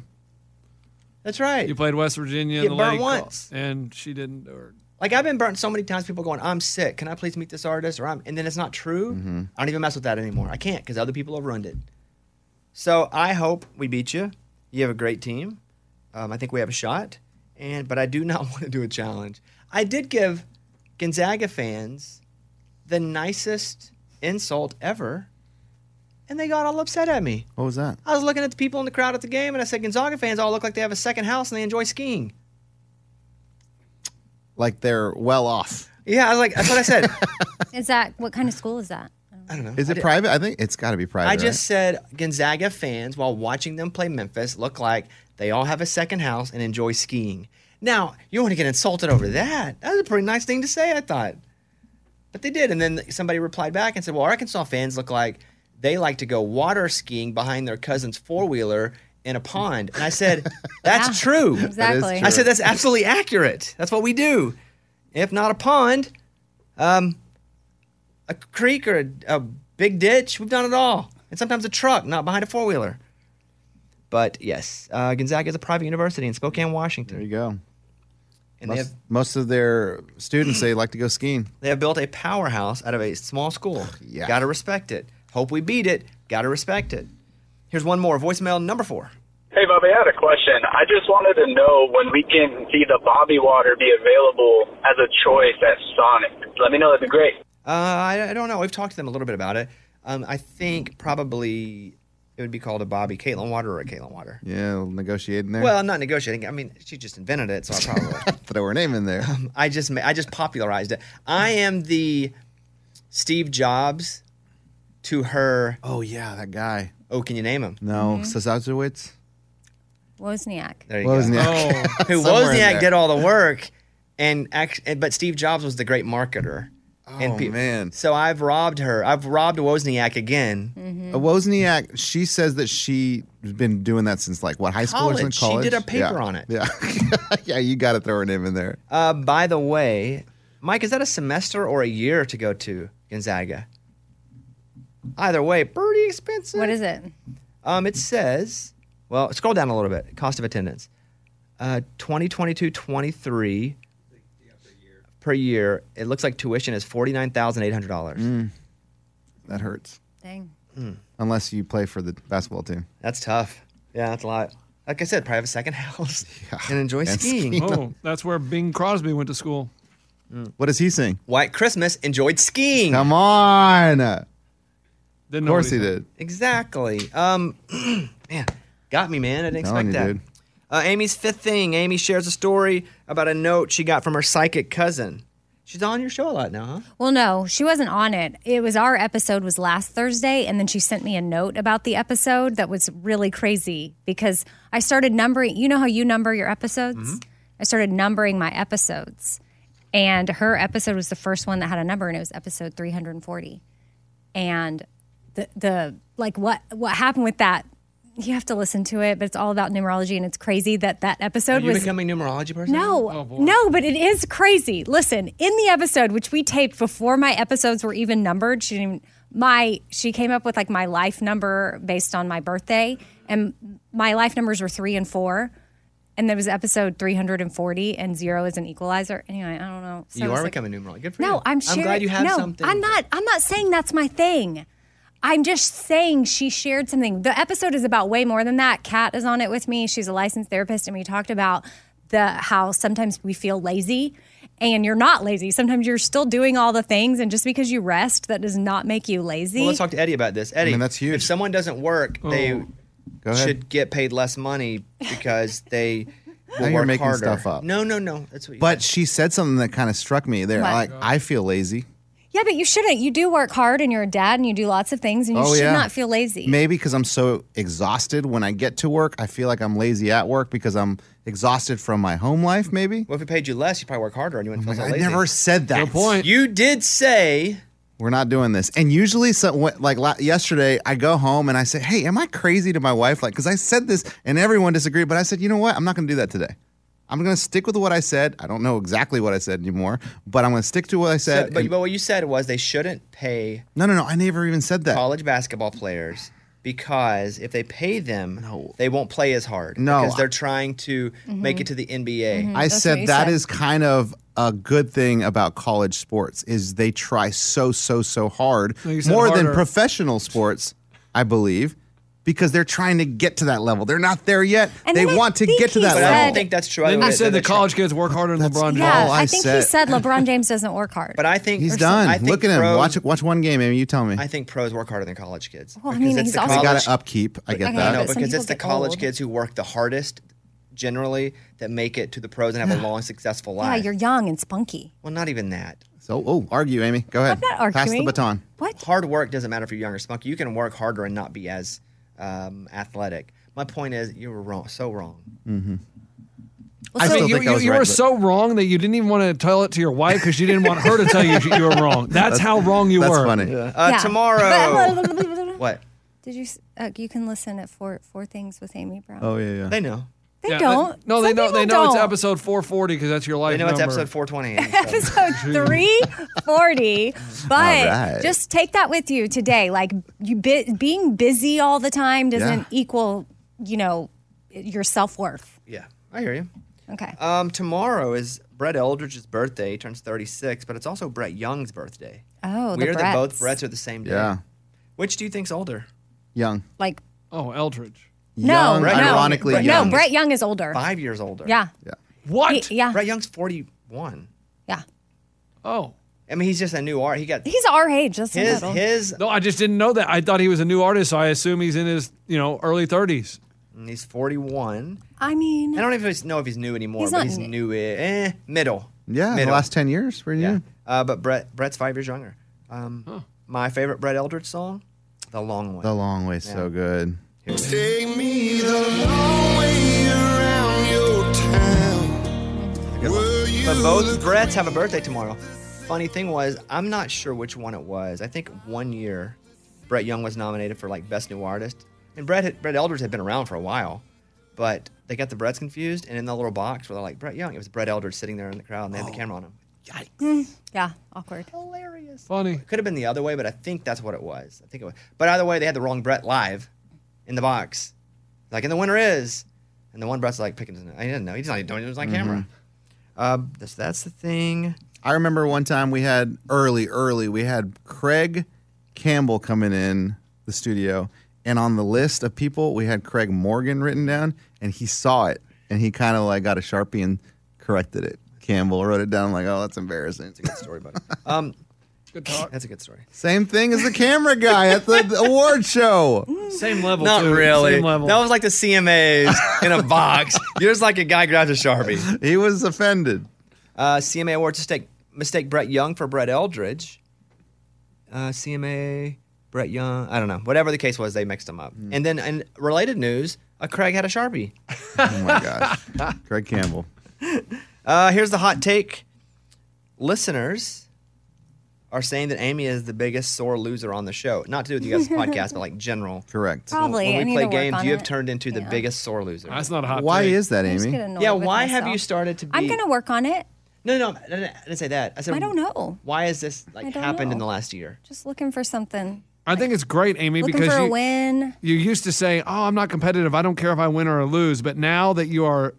[SPEAKER 1] That's right.
[SPEAKER 7] you played West Virginia
[SPEAKER 1] Get
[SPEAKER 7] in the
[SPEAKER 1] burnt
[SPEAKER 7] league,
[SPEAKER 1] once.
[SPEAKER 7] and she didn't. Or
[SPEAKER 1] Like I've been burnt so many times. People going, "I'm sick. Can I please meet this artist?" Or I'm, and then it's not true.
[SPEAKER 5] Mm-hmm.
[SPEAKER 1] I don't even mess with that anymore. I can't because other people have ruined it. So I hope we beat you. You have a great team. Um, I think we have a shot. And but I do not want to do a challenge. I did give Gonzaga fans the nicest insult ever, and they got all upset at me.
[SPEAKER 5] What was that?
[SPEAKER 1] I was looking at the people in the crowd at the game, and I said, "Gonzaga fans all look like they have a second house and they enjoy skiing."
[SPEAKER 5] Like they're well off.
[SPEAKER 1] Yeah, I was like, that's what I said.
[SPEAKER 6] Is that what kind of school is that?
[SPEAKER 1] I don't know.
[SPEAKER 5] Is
[SPEAKER 1] I
[SPEAKER 5] it
[SPEAKER 1] did-
[SPEAKER 5] private? I think it's got to be private.
[SPEAKER 1] I just said Gonzaga fans, while watching them play Memphis, look like they all have a second house and enjoy skiing. Now, you want to get insulted over that? That was a pretty nice thing to say, I thought. But they did. And then somebody replied back and said, well, Arkansas fans look like they like to go water skiing behind their cousin's four wheeler in a pond. And I said, That's true.
[SPEAKER 6] exactly.
[SPEAKER 1] I said, That's absolutely accurate. That's what we do. If not a pond, um, a creek or a, a big ditch, we've done it all. And sometimes a truck, not behind a four wheeler. But yes, uh, Gonzaga is a private university in Spokane, Washington. There
[SPEAKER 5] you go.
[SPEAKER 1] And
[SPEAKER 5] most,
[SPEAKER 1] they, have,
[SPEAKER 5] most of their students they like to go skiing.
[SPEAKER 1] they have built a powerhouse out of a small school.
[SPEAKER 5] Yeah.
[SPEAKER 1] Got to respect it. Hope we beat it. Got to respect it. Here's one more voicemail number four.
[SPEAKER 9] Hey, Bobby, I had a question. I just wanted to know when we can see the Bobby Water be available as a choice at Sonic. Let me know. That'd be great.
[SPEAKER 1] Uh, I, I don't know. We've talked to them a little bit about it. Um, I think probably it would be called a Bobby Caitlin water or a Caitlin water.
[SPEAKER 5] Yeah, we'll negotiate in there.
[SPEAKER 1] Well, I'm not negotiating. I mean, she just invented it, so I probably.
[SPEAKER 5] throw her name in there.
[SPEAKER 1] I just ma- I just popularized it. I am the Steve Jobs to her.
[SPEAKER 5] Oh yeah, that guy.
[SPEAKER 1] Oh, can you name him?
[SPEAKER 5] No,
[SPEAKER 6] Mhm.
[SPEAKER 5] Sazazowicz.
[SPEAKER 6] Wozniak.
[SPEAKER 1] There you
[SPEAKER 5] Wozniak.
[SPEAKER 1] go.
[SPEAKER 5] Oh.
[SPEAKER 1] Who
[SPEAKER 5] Somewhere in
[SPEAKER 1] Wozniak
[SPEAKER 5] there.
[SPEAKER 1] did all the work, and, act- and but Steve Jobs was the great marketer. Oh and pe-
[SPEAKER 5] man!
[SPEAKER 1] So I've robbed her. I've robbed Wozniak again.
[SPEAKER 5] A Wozniak. She says that she's been doing that since like what high school or something?
[SPEAKER 1] College. She
[SPEAKER 5] College.
[SPEAKER 1] did a paper
[SPEAKER 5] Yeah.
[SPEAKER 1] on it.
[SPEAKER 5] Yeah, yeah. You got to throw her name in there.
[SPEAKER 1] Uh, by the way, Mike, is that a semester or a year to go to Gonzaga? Either way, pretty expensive.
[SPEAKER 6] What is it?
[SPEAKER 1] Um, it says, well, scroll down a little bit. Cost of attendance, uh, 2022 23 per year. It looks like tuition is forty nine thousand eight hundred dollars.
[SPEAKER 5] Mm. That hurts.
[SPEAKER 6] Dang.
[SPEAKER 5] Unless you play for the basketball team.
[SPEAKER 1] That's tough. Yeah, that's a lot. Like I said, probably have a second house and enjoy
[SPEAKER 5] And
[SPEAKER 1] skiing.
[SPEAKER 5] skiing.
[SPEAKER 7] Oh, that's where Bing Crosby went to school.
[SPEAKER 5] What does he sing?
[SPEAKER 1] White Christmas enjoyed skiing.
[SPEAKER 5] Come on. of
[SPEAKER 7] Didn't
[SPEAKER 5] course he did.
[SPEAKER 1] Exactly. Um, man, got me, man. I didn't
[SPEAKER 5] Telling
[SPEAKER 1] expect that.
[SPEAKER 5] you, dude.
[SPEAKER 1] Uh, Amy's fifth thing. Amy shares a story about a note she got from her psychic cousin. She's on your show a lot now, huh?
[SPEAKER 6] Well, no, she wasn't on it. It was our episode was last Thursday, and then she sent me a note about the episode that was really crazy because I started numbering. You know how you number your episodes?
[SPEAKER 1] Mm-hmm.
[SPEAKER 6] I started numbering my episodes, and her episode was the first one that had a number, and it was episode 340. And the the like what what happened with that? You have to listen to it, but it's all about numerology, and it's crazy that that
[SPEAKER 1] Are
[SPEAKER 6] episode
[SPEAKER 1] you
[SPEAKER 6] was
[SPEAKER 1] becoming a numerology person?
[SPEAKER 6] no, no, but it is crazy. Listen, in the episode which we taped before my episodes were even numbered, she didn't, my she came up with like my life number based on my birthday, and my life numbers were three and four, and there was episode three hundred and forty, and zero is an equalizer. Anyway, I don't know. So I
[SPEAKER 1] you
[SPEAKER 6] was
[SPEAKER 1] are
[SPEAKER 6] like,
[SPEAKER 1] becoming a numerology. Good for you.
[SPEAKER 6] no, I'm sharing.
[SPEAKER 1] I'm glad you have
[SPEAKER 6] no,
[SPEAKER 1] something.
[SPEAKER 6] I'm not. I'm not saying that's my thing. I'm just saying she shared something. The episode is about way more than that. Kat is on it with me. She's a licensed therapist, and we talked about the how sometimes we feel lazy, and you're not lazy. Sometimes you're still doing all the things, and just because you rest, that does not make you lazy.
[SPEAKER 1] Well, let's talk to Eddie about this. Eddie,
[SPEAKER 5] mean, that's huge.
[SPEAKER 1] if someone doesn't work,
[SPEAKER 6] Oh.
[SPEAKER 1] they
[SPEAKER 5] Go ahead.
[SPEAKER 1] should get paid less money because they will
[SPEAKER 5] Now you're
[SPEAKER 1] work
[SPEAKER 5] making
[SPEAKER 1] harder.
[SPEAKER 5] stuff up.
[SPEAKER 1] No, no, no. That's what you
[SPEAKER 5] But she said something that kind of struck me there.
[SPEAKER 6] What?
[SPEAKER 5] Like I feel lazy.
[SPEAKER 6] yeah, but you shouldn't. You do work hard, and you're a dad, and you do lots of things, and you
[SPEAKER 5] Oh,
[SPEAKER 6] should
[SPEAKER 5] yeah.
[SPEAKER 6] not feel lazy.
[SPEAKER 5] Maybe because I'm so exhausted when I get to work, I feel like I'm lazy at work because I'm exhausted from my home life. Maybe.
[SPEAKER 1] Well, if we paid you less, you'd probably work harder and you wouldn't feel so
[SPEAKER 5] I
[SPEAKER 1] lazy.
[SPEAKER 5] never said that.
[SPEAKER 1] You did say
[SPEAKER 5] We're not doing this. And usually, so what- like la- yesterday, I go home and I say, "Hey, am I crazy?" to my wife, like because I said this and everyone disagreed. But I said, "You know what? I'm not going to do that today." I'm going to stick with what I said. I don't know exactly what I said anymore, but I'm going to stick to what I
[SPEAKER 1] So-
[SPEAKER 5] said.
[SPEAKER 1] but,
[SPEAKER 5] and-
[SPEAKER 1] but what you said was they shouldn't pay
[SPEAKER 5] no, no, no. I never even said that.
[SPEAKER 1] college basketball players because if they pay them, they won't play as hard.
[SPEAKER 5] No,
[SPEAKER 1] because
[SPEAKER 5] I-
[SPEAKER 1] they're trying to
[SPEAKER 6] Mm-hmm.
[SPEAKER 1] make it to the NBA.
[SPEAKER 5] I
[SPEAKER 6] Mm, what you
[SPEAKER 5] said that
[SPEAKER 6] said.
[SPEAKER 5] is kind of a good thing about college sports is they try so so so hard
[SPEAKER 7] No, you said
[SPEAKER 5] more than
[SPEAKER 7] harder.
[SPEAKER 5] professional sports, I believe, because they're trying to get to that level. They're not there yet. they
[SPEAKER 6] then I
[SPEAKER 5] want to
[SPEAKER 6] think
[SPEAKER 5] get to
[SPEAKER 6] he
[SPEAKER 5] that
[SPEAKER 1] But I don't
[SPEAKER 5] level.
[SPEAKER 6] said-
[SPEAKER 1] think that's true. I
[SPEAKER 7] Then
[SPEAKER 1] think
[SPEAKER 7] you said
[SPEAKER 1] they're
[SPEAKER 7] the college kids work harder than LeBron James.
[SPEAKER 6] yeah,
[SPEAKER 5] all I
[SPEAKER 6] think he
[SPEAKER 5] said.
[SPEAKER 6] said LeBron James doesn't work hard.
[SPEAKER 1] But I think
[SPEAKER 5] He's
[SPEAKER 1] or
[SPEAKER 5] done.
[SPEAKER 1] something. I think
[SPEAKER 5] Look at him.
[SPEAKER 1] pros-
[SPEAKER 5] watch watch one game, Amy. You tell me.
[SPEAKER 1] I think pros work harder than college kids.
[SPEAKER 6] Well, I
[SPEAKER 1] because
[SPEAKER 6] mean,
[SPEAKER 1] it's
[SPEAKER 6] he's
[SPEAKER 1] the
[SPEAKER 6] also-
[SPEAKER 5] they
[SPEAKER 1] college-
[SPEAKER 5] got to upkeep. I get
[SPEAKER 6] Okay,
[SPEAKER 5] that.
[SPEAKER 1] No,
[SPEAKER 6] but
[SPEAKER 1] because
[SPEAKER 6] some people
[SPEAKER 1] it's the
[SPEAKER 6] get
[SPEAKER 1] college
[SPEAKER 6] old.
[SPEAKER 1] kids who work the hardest generally that make it to the pros and have a long, successful
[SPEAKER 6] yeah,
[SPEAKER 1] life.
[SPEAKER 6] you're young and spunky.
[SPEAKER 1] well, not even that.
[SPEAKER 5] So oh, argue, Amy. Go ahead.
[SPEAKER 6] I'm not
[SPEAKER 5] Pass the
[SPEAKER 6] arguing.
[SPEAKER 5] baton.
[SPEAKER 6] What?
[SPEAKER 1] hard work doesn't matter if you're young or smoky. You can work harder and not be as um, athletic. My point is, you were wrong, so wrong.
[SPEAKER 6] Well,
[SPEAKER 5] I
[SPEAKER 6] so-
[SPEAKER 5] still
[SPEAKER 7] you,
[SPEAKER 5] think I
[SPEAKER 7] you-
[SPEAKER 5] was
[SPEAKER 7] you
[SPEAKER 5] right,
[SPEAKER 7] were
[SPEAKER 5] but-
[SPEAKER 7] so wrong that you didn't even want to tell it to your wife because you didn't want her to tell you you were wrong. That's, how wrong you
[SPEAKER 5] That's
[SPEAKER 7] were.
[SPEAKER 5] funny.
[SPEAKER 1] Uh, Tomorrow, Uh, what?
[SPEAKER 6] Did you? s- Uh, you can listen at four four things with Amy Brown.
[SPEAKER 5] Oh yeah, yeah.
[SPEAKER 1] They know.
[SPEAKER 6] They
[SPEAKER 7] Yeah,
[SPEAKER 6] don't.
[SPEAKER 7] no, they
[SPEAKER 6] Some
[SPEAKER 7] know. They
[SPEAKER 6] people
[SPEAKER 7] know it's
[SPEAKER 6] don't.
[SPEAKER 7] episode 440 because that's your life.
[SPEAKER 1] know it's
[SPEAKER 7] number.
[SPEAKER 1] episode 420.
[SPEAKER 6] episode 340 but
[SPEAKER 7] right.
[SPEAKER 6] just take that with you today like you bi- being busy all the time doesn't
[SPEAKER 1] Yeah.
[SPEAKER 6] equal you know your self-worth
[SPEAKER 1] Yeah, I hear you.
[SPEAKER 6] okay
[SPEAKER 1] Um, tomorrow is Brett Eldridge's birthday. He turns 36, but it's also Brett Young's birthday.
[SPEAKER 6] oh the
[SPEAKER 1] Weird that both
[SPEAKER 6] Bretts.
[SPEAKER 1] Bretts are the same day.
[SPEAKER 5] Yeah.
[SPEAKER 1] Which do you think's older?
[SPEAKER 5] Young.
[SPEAKER 6] like
[SPEAKER 7] Oh, Eldridge.
[SPEAKER 6] no
[SPEAKER 1] Brett
[SPEAKER 6] no,
[SPEAKER 1] Young.
[SPEAKER 5] ironically
[SPEAKER 1] Brett
[SPEAKER 6] no
[SPEAKER 1] Young
[SPEAKER 6] brett young is older
[SPEAKER 1] is Five years older.
[SPEAKER 6] yeah
[SPEAKER 7] What?
[SPEAKER 6] He- yeah
[SPEAKER 1] Brett Young's 41.
[SPEAKER 6] yeah
[SPEAKER 7] Oh.
[SPEAKER 1] I mean, he's just a new art. He got
[SPEAKER 6] he's our age that's a
[SPEAKER 1] his
[SPEAKER 6] little.
[SPEAKER 1] his.
[SPEAKER 7] No, I just didn't know that. I thought he was a new artist, so I assume he's in his you know early 30s.
[SPEAKER 1] and he's 41.
[SPEAKER 6] i mean
[SPEAKER 1] I don't even know if he's new anymore,
[SPEAKER 6] He's
[SPEAKER 1] but
[SPEAKER 6] not
[SPEAKER 1] he's
[SPEAKER 6] new.
[SPEAKER 1] new. Eh, middle.
[SPEAKER 5] Yeah, the
[SPEAKER 1] Middle.
[SPEAKER 5] last ten years for you.
[SPEAKER 1] Uh, but Brett Brett's five years younger. Um, My favorite Brett Eldridge song, "The Long Way."
[SPEAKER 5] The long way, so good.
[SPEAKER 2] Take me the long way around your town.
[SPEAKER 1] But both Bretts have a birthday tomorrow. Funny thing was, I'm not sure which one it was. I think one year, Brett Young was nominated for like best new artist, and Brett had, Brett Eldridge had been around for a while, but they got the Bretts confused. And in the little box where they're like Brett Young, it was Brett Eldridge sitting there in the crowd, and they had the camera on him.
[SPEAKER 6] Mm, yeah awkward
[SPEAKER 1] hilarious
[SPEAKER 7] Funny.
[SPEAKER 1] Could have been the other way, but I think that's what it was. I think it was. But either way, they had the wrong Brett live in the box. Like, and the winner is. And the one Brett's like picking his I didn't know. He's not even doing it. It was on camera.
[SPEAKER 7] Mm-hmm.
[SPEAKER 1] Uh, that's, that's the thing.
[SPEAKER 5] I remember one time we had early, early, we had Craig Campbell coming in the studio, and on the list of people, we had Craig Morgan written down, and he saw it, and he kind of like got a sharpie and corrected it. Campbell wrote it down, I'm like, oh, that's embarrassing. It's a good story, buddy.
[SPEAKER 1] Um,
[SPEAKER 7] good talk.
[SPEAKER 1] That's a good story.
[SPEAKER 5] Same thing as the camera guy at the, the award show.
[SPEAKER 7] Same level.
[SPEAKER 1] Not
[SPEAKER 7] too.
[SPEAKER 1] really.
[SPEAKER 7] Same level.
[SPEAKER 1] That was like the CMAs in a box. Yours like a guy grabs a sharpie.
[SPEAKER 5] He was offended.
[SPEAKER 1] Uh, CMA awards mistake mistake Brett Young for Brett Eldridge. Uh, CMA Brett Young. I don't know. Whatever the case was, they mixed them up. And then in related news, uh, Craig had a sharpie.
[SPEAKER 5] Oh my gosh. Craig Campbell.
[SPEAKER 1] Uh, here's the hot take. Listeners are saying that Amy is the biggest sore loser on the show. Not to do with you guys' podcast, but like general.
[SPEAKER 5] Correct.
[SPEAKER 6] Probably.
[SPEAKER 1] When
[SPEAKER 6] I
[SPEAKER 1] we
[SPEAKER 6] need
[SPEAKER 1] play
[SPEAKER 6] to work
[SPEAKER 1] games,
[SPEAKER 6] on
[SPEAKER 1] you have
[SPEAKER 6] it.
[SPEAKER 1] turned into the biggest sore loser.
[SPEAKER 7] That's not a hot.
[SPEAKER 5] Why
[SPEAKER 7] take.
[SPEAKER 5] is that,
[SPEAKER 6] I just get
[SPEAKER 5] Amy?
[SPEAKER 6] annoyed
[SPEAKER 1] Yeah,
[SPEAKER 6] with
[SPEAKER 1] why have you
[SPEAKER 6] myself.
[SPEAKER 1] started to be?
[SPEAKER 6] i'm gonna work on it
[SPEAKER 1] No, no, I didn't, I didn't say that. I said
[SPEAKER 6] i don't know
[SPEAKER 1] Why has this
[SPEAKER 6] I
[SPEAKER 1] like
[SPEAKER 6] don't
[SPEAKER 1] happened in
[SPEAKER 6] know.
[SPEAKER 1] the last year?
[SPEAKER 6] just looking for something
[SPEAKER 7] I think it's great, Amy,
[SPEAKER 6] looking
[SPEAKER 7] because
[SPEAKER 6] for a
[SPEAKER 7] you,
[SPEAKER 6] win
[SPEAKER 7] you used to say, "Oh, I'm not competitive. I don't care if I win or I lose." But now that you are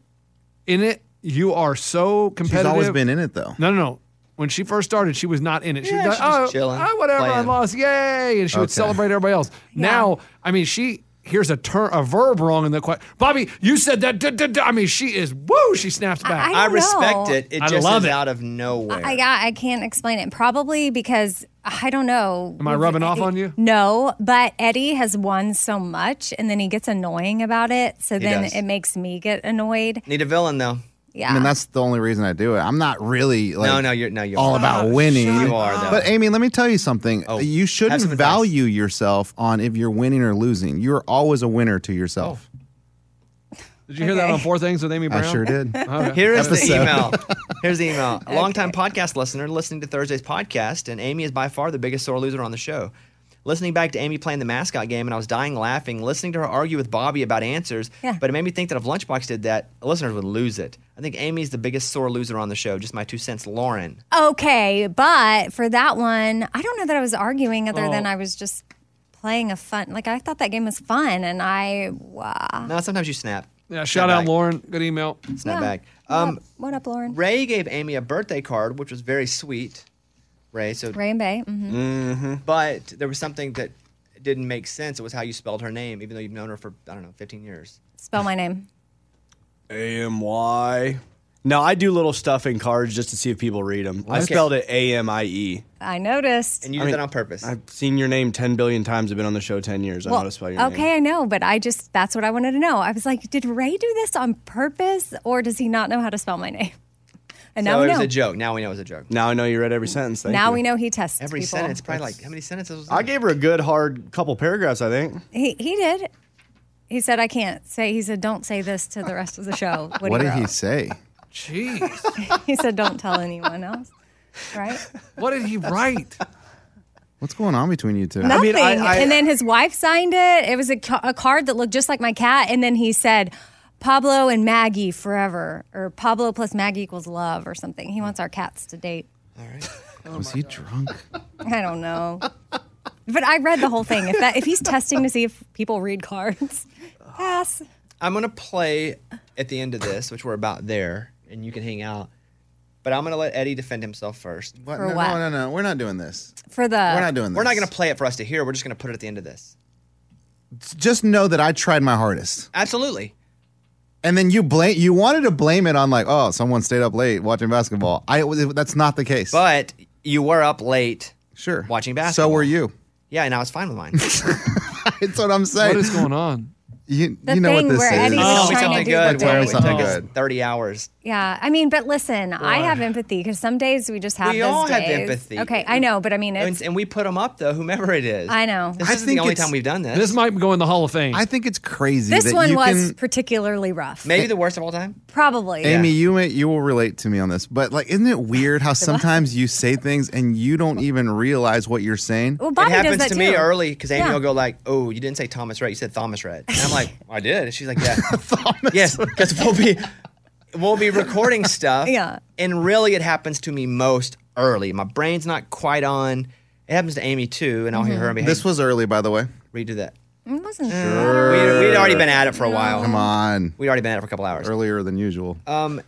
[SPEAKER 7] in it, you are so
[SPEAKER 5] She's
[SPEAKER 7] competitive.
[SPEAKER 5] always been in it, though.
[SPEAKER 7] No, no, no. When she first started, she was not in it. She
[SPEAKER 1] Yeah,
[SPEAKER 7] was
[SPEAKER 1] she
[SPEAKER 7] like,
[SPEAKER 1] was
[SPEAKER 7] "Oh,
[SPEAKER 1] chilling,
[SPEAKER 7] oh, whatever, I
[SPEAKER 1] playing."
[SPEAKER 7] lost, yay!" And she would
[SPEAKER 5] Okay.
[SPEAKER 7] celebrate everybody else. Now, I mean, she here's a ter- a verb wrong in the question. Bobby, you said that. duh, duh, duh. I mean, she is woo. She snaps back.
[SPEAKER 6] I
[SPEAKER 1] I,
[SPEAKER 6] don't
[SPEAKER 1] respect
[SPEAKER 6] know.
[SPEAKER 1] it. It
[SPEAKER 7] I
[SPEAKER 1] just
[SPEAKER 7] love
[SPEAKER 1] is
[SPEAKER 7] it.
[SPEAKER 1] out of nowhere.
[SPEAKER 6] I, I I can't explain it. Probably because I don't know.
[SPEAKER 7] Am I rubbing off on you?
[SPEAKER 6] No, but Eddie has won so much, and then he gets annoying about it. So
[SPEAKER 1] He
[SPEAKER 6] then
[SPEAKER 1] does.
[SPEAKER 6] it makes me get annoyed.
[SPEAKER 1] Need a villain though.
[SPEAKER 6] Yeah.
[SPEAKER 5] I mean, that's the only reason I do it. I'm not really like
[SPEAKER 1] no, no, you're no, you're
[SPEAKER 5] all about winning.
[SPEAKER 1] You are though. Oh,
[SPEAKER 5] But Amy, let me tell you something. you shouldn't
[SPEAKER 1] some advice.
[SPEAKER 5] value yourself on if you're winning or losing. You're always a winner to yourself.
[SPEAKER 1] Oh,
[SPEAKER 7] Did you hear that
[SPEAKER 6] Okay.
[SPEAKER 7] on Four Things with Amy Brown?
[SPEAKER 5] I sure did.
[SPEAKER 7] Okay.
[SPEAKER 1] Here is the
[SPEAKER 5] Episode.
[SPEAKER 1] email. Here's the email. A longtime podcast listener listening to Thursday's podcast, and Amy is by far the biggest sore loser on the show. Listening back to Amy playing the mascot game, and I was dying laughing, listening to her argue with Bobby about answers,
[SPEAKER 6] Yeah.
[SPEAKER 1] but it made me think that if Lunchbox did that, listeners would lose it. I think Amy's the biggest sore loser on the show. Just my two cents, Lauren.
[SPEAKER 6] okay, but for that one, I don't know that I was arguing, other than
[SPEAKER 7] Oh.
[SPEAKER 6] I was just playing a fun. Like I thought that game was fun, and I wow.
[SPEAKER 1] Now, sometimes you snap.
[SPEAKER 7] Yeah,
[SPEAKER 1] Snap
[SPEAKER 7] shout out
[SPEAKER 1] back.
[SPEAKER 7] Lauren. Good email.
[SPEAKER 1] Snap
[SPEAKER 6] Ah. Yeah.
[SPEAKER 1] back.
[SPEAKER 6] What
[SPEAKER 1] Um,
[SPEAKER 6] up? what up, Lauren?
[SPEAKER 1] Ray gave Amy a birthday card, which was very sweet. Ray, so
[SPEAKER 6] Ray and Bay. hmm
[SPEAKER 1] but there was something that didn't make sense. It was how you spelled her name, even though you've known her for I don't know, 15 years.
[SPEAKER 6] Spell my name.
[SPEAKER 4] A M Y. Now I do little stuff in cards just to see if people read them. I spelled it A M I E.
[SPEAKER 6] I noticed.
[SPEAKER 1] And you did
[SPEAKER 4] I mean,
[SPEAKER 1] that on purpose.
[SPEAKER 4] I've seen your name ten billion times. I've been on the show ten years. I know how to spell your name.
[SPEAKER 6] okay, I know, but I just that's what I wanted to know. I was like, did Ray do this on purpose or does he not know how to spell my name? And
[SPEAKER 1] so
[SPEAKER 6] now
[SPEAKER 1] it
[SPEAKER 6] we
[SPEAKER 1] was
[SPEAKER 6] know.
[SPEAKER 1] a joke. Now we know it was a joke.
[SPEAKER 4] Now I know you read every sentence. Thank
[SPEAKER 6] now
[SPEAKER 4] you.
[SPEAKER 6] we know he tests
[SPEAKER 1] Every
[SPEAKER 6] people.
[SPEAKER 1] sentence, probably like how many sentences was
[SPEAKER 4] I
[SPEAKER 1] that?
[SPEAKER 4] gave her a good hard couple paragraphs. I think.
[SPEAKER 6] He he did. He said I can't say. He said don't say this to the rest of the show. What,
[SPEAKER 5] What
[SPEAKER 6] he
[SPEAKER 5] did he
[SPEAKER 6] wrote.
[SPEAKER 5] say?
[SPEAKER 7] Jeez,
[SPEAKER 6] He said don't tell anyone else. Right?
[SPEAKER 7] what did he write?
[SPEAKER 5] What's going on between you two?
[SPEAKER 6] Nothing. and then his wife signed it. It was a, ca- a card that looked just like my cat. And then he said, Pablo and Maggie forever, or Pablo plus Maggie equals love, or something. He wants our cats to date.
[SPEAKER 5] was he drunk?
[SPEAKER 6] I don't know. But I read the whole thing. If that if he's testing to see if people read cards, pass.
[SPEAKER 1] I'm gonna play at the end of this, which we're about there, and you can hang out. But I'm gonna let Eddie defend himself first.
[SPEAKER 5] What? For No, what? no, no, We're not doing this.
[SPEAKER 6] For the
[SPEAKER 5] We're not doing
[SPEAKER 1] We're not
[SPEAKER 5] this.
[SPEAKER 1] gonna play it for us to hear. We're just gonna put it at the end of this.
[SPEAKER 5] Just know that I tried my hardest.
[SPEAKER 1] Absolutely.
[SPEAKER 5] And then you blame you wanted to blame it on like, oh, someone stayed up late watching basketball. I that's not the case.
[SPEAKER 1] But you were up late.
[SPEAKER 5] Sure.
[SPEAKER 1] Watching
[SPEAKER 5] so
[SPEAKER 1] basketball.
[SPEAKER 5] were you.
[SPEAKER 1] yeah, and I was fine with mine.
[SPEAKER 5] That's what I'm saying.
[SPEAKER 1] What is going
[SPEAKER 7] on?
[SPEAKER 5] You,
[SPEAKER 6] The
[SPEAKER 5] you know what
[SPEAKER 6] thing
[SPEAKER 5] this
[SPEAKER 6] where
[SPEAKER 5] is.
[SPEAKER 6] Eddie was Oh. trying to do the
[SPEAKER 1] good. where
[SPEAKER 6] dance.
[SPEAKER 1] It took us
[SPEAKER 5] Oh.
[SPEAKER 1] 30 hours.
[SPEAKER 6] Yeah, I mean, but listen, I have empathy because some days we just have.
[SPEAKER 1] We
[SPEAKER 6] those
[SPEAKER 1] all have
[SPEAKER 6] days.
[SPEAKER 1] empathy.
[SPEAKER 6] Okay, I know, but I mean, it's
[SPEAKER 1] And, and we put them up, though, whomever it is.
[SPEAKER 6] I know.
[SPEAKER 1] This
[SPEAKER 6] I
[SPEAKER 1] isn't
[SPEAKER 6] think
[SPEAKER 1] the only
[SPEAKER 6] it's-
[SPEAKER 1] time we've done this.
[SPEAKER 7] This might go in the Hall of Fame.
[SPEAKER 5] I think it's crazy.
[SPEAKER 6] this
[SPEAKER 5] that
[SPEAKER 6] one
[SPEAKER 5] you
[SPEAKER 6] was
[SPEAKER 5] can-
[SPEAKER 6] particularly rough.
[SPEAKER 1] Maybe the worst of all time.
[SPEAKER 6] Probably.
[SPEAKER 5] Amy, you may, you will relate to me on this, but like, isn't it weird how sometimes you say things and you don't even realize what you're saying?
[SPEAKER 6] Well,
[SPEAKER 1] it happens to me early because Amy
[SPEAKER 6] Yeah.
[SPEAKER 1] will go like, "Oh, you didn't say Thomas Red. You said Thomas Red." And I'm like, "I did." And she's like, "Yeah, Thomas." Yes, because we'll be we'll be recording stuff.
[SPEAKER 6] Yeah.
[SPEAKER 1] And really, it happens to me most early. My brain's not quite on. It happens to Amy too, and I'll hear her and be,
[SPEAKER 6] Mm-hmm.
[SPEAKER 5] This was early, by the way.
[SPEAKER 1] "Hey, redo that."
[SPEAKER 6] It wasn't.
[SPEAKER 1] We, we'd already been at it for a while.
[SPEAKER 5] Come on,
[SPEAKER 1] we'd already been at it for a couple hours.
[SPEAKER 5] Earlier than usual.
[SPEAKER 1] Um,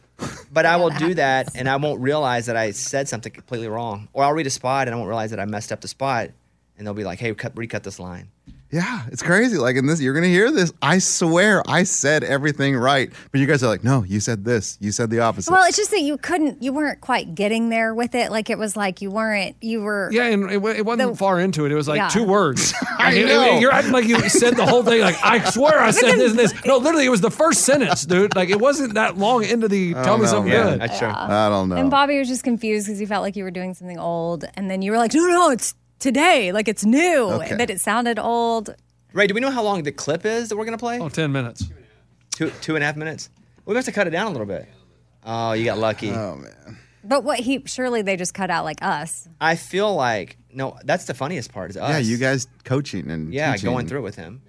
[SPEAKER 1] but I will do that, and I won't realize that I said something completely wrong, or I'll read a spot and I won't realize that I messed up the spot, and they'll be like, "Hey, cut, recut this line."
[SPEAKER 5] Yeah, it's crazy. Like in this, you're gonna hear this. I swear, I said everything right, but you guys are like, no, you said this, you said the opposite.
[SPEAKER 6] Well, it's just that you couldn't, you weren't quite getting there with it. Like it was like you weren't, you were.
[SPEAKER 7] Yeah, and it, wa- it wasn't far into it. It was like
[SPEAKER 6] Yeah.
[SPEAKER 7] two words.
[SPEAKER 6] I
[SPEAKER 7] Like, it- it-
[SPEAKER 6] know.
[SPEAKER 7] you're acting like you said the whole thing. Like I swear I said this and this. No, literally, it was the first sentence, dude. Like it wasn't that long into the.
[SPEAKER 5] I
[SPEAKER 7] Tell
[SPEAKER 5] don't
[SPEAKER 7] me
[SPEAKER 5] know,
[SPEAKER 7] something
[SPEAKER 5] man.
[SPEAKER 7] good.
[SPEAKER 5] That's true. I don't know.
[SPEAKER 6] And Bobby was just confused because he felt like you were doing something old, and then you were like, no, no, it's today, like it's new,
[SPEAKER 1] Okay.
[SPEAKER 6] but it sounded old.
[SPEAKER 1] Ray, do we know how long the clip is that we're gonna play?
[SPEAKER 7] Oh, 10 minutes.
[SPEAKER 1] Two two and a half minutes. We must have cut it down a little bit. Oh, you got lucky. Oh
[SPEAKER 5] man.
[SPEAKER 6] But what he surely they just cut out like us.
[SPEAKER 1] I feel like no, that's the funniest part is us.
[SPEAKER 5] yeah, you guys coaching and
[SPEAKER 1] Yeah,
[SPEAKER 5] teaching.
[SPEAKER 1] going through with him.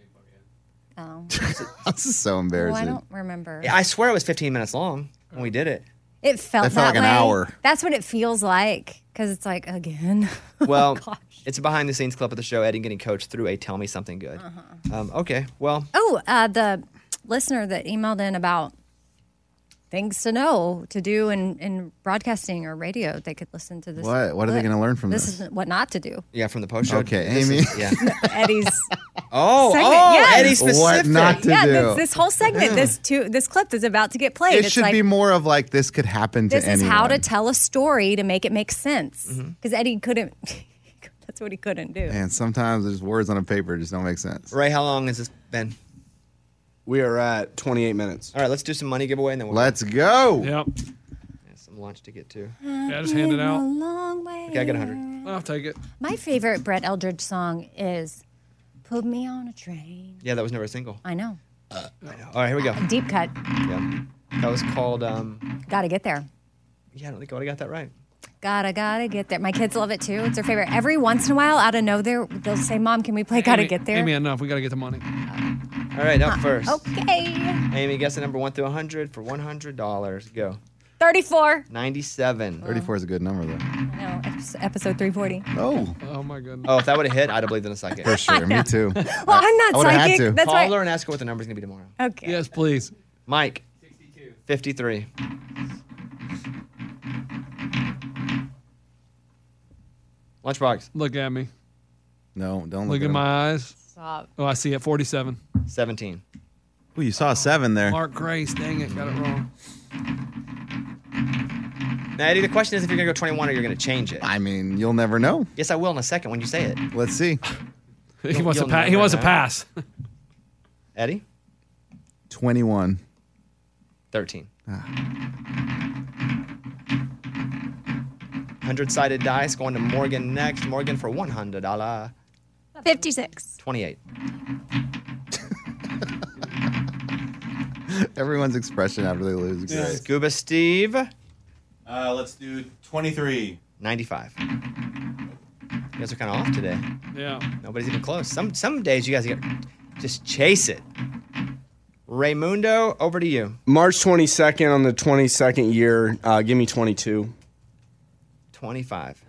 [SPEAKER 6] Oh,
[SPEAKER 5] This is so
[SPEAKER 6] oh I
[SPEAKER 5] embarrassing.
[SPEAKER 6] don't remember.
[SPEAKER 1] I swear it was 15 minutes long when we did it.
[SPEAKER 6] It felt,
[SPEAKER 1] That felt
[SPEAKER 6] that
[SPEAKER 1] like an
[SPEAKER 6] way.
[SPEAKER 1] hour.
[SPEAKER 6] That's what it feels like because it's like again.
[SPEAKER 1] Well, it's a behind the scenes clip of the show. Eddie getting coached through a tell me something good. Um, okay, well,
[SPEAKER 6] Oh, uh, the listener that emailed in about things to know to do in, in broadcasting or radio, they could listen to this.
[SPEAKER 5] What? What are they
[SPEAKER 6] clip.
[SPEAKER 5] gonna learn from this?
[SPEAKER 6] This is what not to do.
[SPEAKER 1] yeah, from the post show.
[SPEAKER 5] Okay,
[SPEAKER 1] this
[SPEAKER 5] Amy.
[SPEAKER 1] is- yeah.
[SPEAKER 6] Eddie's
[SPEAKER 1] Oh,
[SPEAKER 6] segment.
[SPEAKER 1] oh,
[SPEAKER 6] yes.
[SPEAKER 1] Eddie specific.
[SPEAKER 5] What not to
[SPEAKER 6] yeah,
[SPEAKER 5] do.
[SPEAKER 6] This, this whole segment,
[SPEAKER 5] Yeah.
[SPEAKER 6] this two, this clip is about to get played.
[SPEAKER 5] it
[SPEAKER 6] it's
[SPEAKER 5] should
[SPEAKER 6] like,
[SPEAKER 5] be more of like this could happen to
[SPEAKER 6] this
[SPEAKER 5] anyone.
[SPEAKER 6] is how to tell a story to make it make sense.
[SPEAKER 1] Mm-hmm.
[SPEAKER 6] Because Eddie couldn't. that's what he couldn't do.
[SPEAKER 5] And sometimes there's words on a paper just don't make sense.
[SPEAKER 1] Ray, how long has this been?
[SPEAKER 4] We are at 28 minutes.
[SPEAKER 1] All right, let's do some money giveaway and then we'll
[SPEAKER 5] Let's go.
[SPEAKER 7] Yep.
[SPEAKER 1] some lunch to get to.
[SPEAKER 7] Yeah, just hand it out.
[SPEAKER 1] Okay, I got 100.
[SPEAKER 7] I'll take it.
[SPEAKER 6] My favorite Brett Eldridge song is "Put Me on a Train."
[SPEAKER 1] Yeah, that was never a single.
[SPEAKER 6] I know,
[SPEAKER 1] All right, here we go.
[SPEAKER 6] deep cut.
[SPEAKER 1] Yeah. That was called, um,
[SPEAKER 6] Gotta get there.
[SPEAKER 1] yeah, I don't think I would have got that right.
[SPEAKER 6] Gotta gotta get there. My kids love it too. It's their favorite. Every once in a while, out of no there, they'll say, "Mom, can we play Gotta
[SPEAKER 7] Amy-
[SPEAKER 6] Get There?"
[SPEAKER 7] Amy, enough. We got to get the money.
[SPEAKER 1] All right, up first.
[SPEAKER 6] Okay,
[SPEAKER 1] Amy, guess the number 1 through 100 for $100. Go.
[SPEAKER 6] thirty-four.
[SPEAKER 1] 97.
[SPEAKER 5] 34 is a good number, though.
[SPEAKER 6] No, epis- episode three forty.
[SPEAKER 5] Oh.
[SPEAKER 7] Oh, my goodness.
[SPEAKER 1] Oh, if that would have hit, I'd have believed in a psychic.
[SPEAKER 5] For sure. Me too.
[SPEAKER 6] Well, I'm not
[SPEAKER 1] I would've
[SPEAKER 5] had
[SPEAKER 6] psychic.
[SPEAKER 5] to.
[SPEAKER 6] That's
[SPEAKER 1] Call
[SPEAKER 6] right.
[SPEAKER 1] her and ask her what the number's going to be tomorrow.
[SPEAKER 6] Okay.
[SPEAKER 7] Yes, please.
[SPEAKER 1] Mike. 53. Lunchbox.
[SPEAKER 7] Look at me.
[SPEAKER 5] No, don't
[SPEAKER 7] Look,
[SPEAKER 5] look,
[SPEAKER 7] at
[SPEAKER 5] him.
[SPEAKER 7] my eyes.
[SPEAKER 6] Stop.
[SPEAKER 7] Oh, I see it. 47.
[SPEAKER 1] 17.
[SPEAKER 5] Ooh, you saw a seven there.
[SPEAKER 7] Mark Grace. Dang it. Got it wrong.
[SPEAKER 1] Now, Eddie, the question is if you're going to go 21 or you're going to change it.
[SPEAKER 5] I mean, you'll never know.
[SPEAKER 1] Yes, I will in a second when you say it.
[SPEAKER 5] Let's see.
[SPEAKER 7] He wants, a
[SPEAKER 1] You'll
[SPEAKER 7] pa- he
[SPEAKER 1] never
[SPEAKER 7] wants a
[SPEAKER 1] know.
[SPEAKER 7] pass.
[SPEAKER 1] Eddie?
[SPEAKER 5] 21.
[SPEAKER 1] 13. 100 sided dice going to Morgan next. Morgan for $100.
[SPEAKER 10] 56.
[SPEAKER 1] 28.
[SPEAKER 5] Everyone's expression after they lose. is great.
[SPEAKER 1] Scuba Steve.
[SPEAKER 2] Uh, let's do 23.
[SPEAKER 1] 95. guys are kind of off today.
[SPEAKER 7] Yeah.
[SPEAKER 1] Nobody's even close. Some some days you guys get just chase it. Raymundo, over to you.
[SPEAKER 4] March 22nd on the 22nd year. Uh, give me 22.
[SPEAKER 1] 25.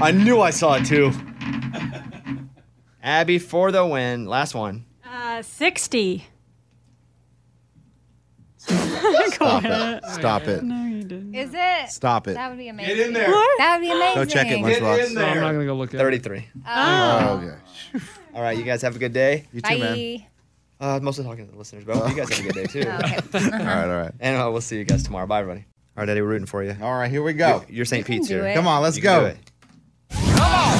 [SPEAKER 4] I knew I saw it too.
[SPEAKER 1] Abby for the win. Last one.
[SPEAKER 11] Uh, 60.
[SPEAKER 5] Stop it. Stop it.
[SPEAKER 11] No, you didn't.
[SPEAKER 6] Is it?
[SPEAKER 5] Stop it.
[SPEAKER 6] That would be amazing.
[SPEAKER 5] in there.
[SPEAKER 6] That would be amazing.
[SPEAKER 5] Go check it, Lunchbox.
[SPEAKER 1] No, I'm not
[SPEAKER 7] gonna go look at
[SPEAKER 1] 33.
[SPEAKER 6] Oh.
[SPEAKER 1] All right, you guys have a good day. You
[SPEAKER 6] Bye.
[SPEAKER 1] Uh, mostly talking to the listeners, but I hope you guys have a good day too.
[SPEAKER 6] okay.
[SPEAKER 5] all right, all right.
[SPEAKER 1] And uh, we'll see you guys tomorrow. Bye, everybody. All right, Eddie, we're rooting for you.
[SPEAKER 5] All right, here we go.
[SPEAKER 1] You're, St. Pete's
[SPEAKER 5] do
[SPEAKER 1] here.
[SPEAKER 5] it. Come on, let's
[SPEAKER 1] You can
[SPEAKER 5] go.
[SPEAKER 1] do it.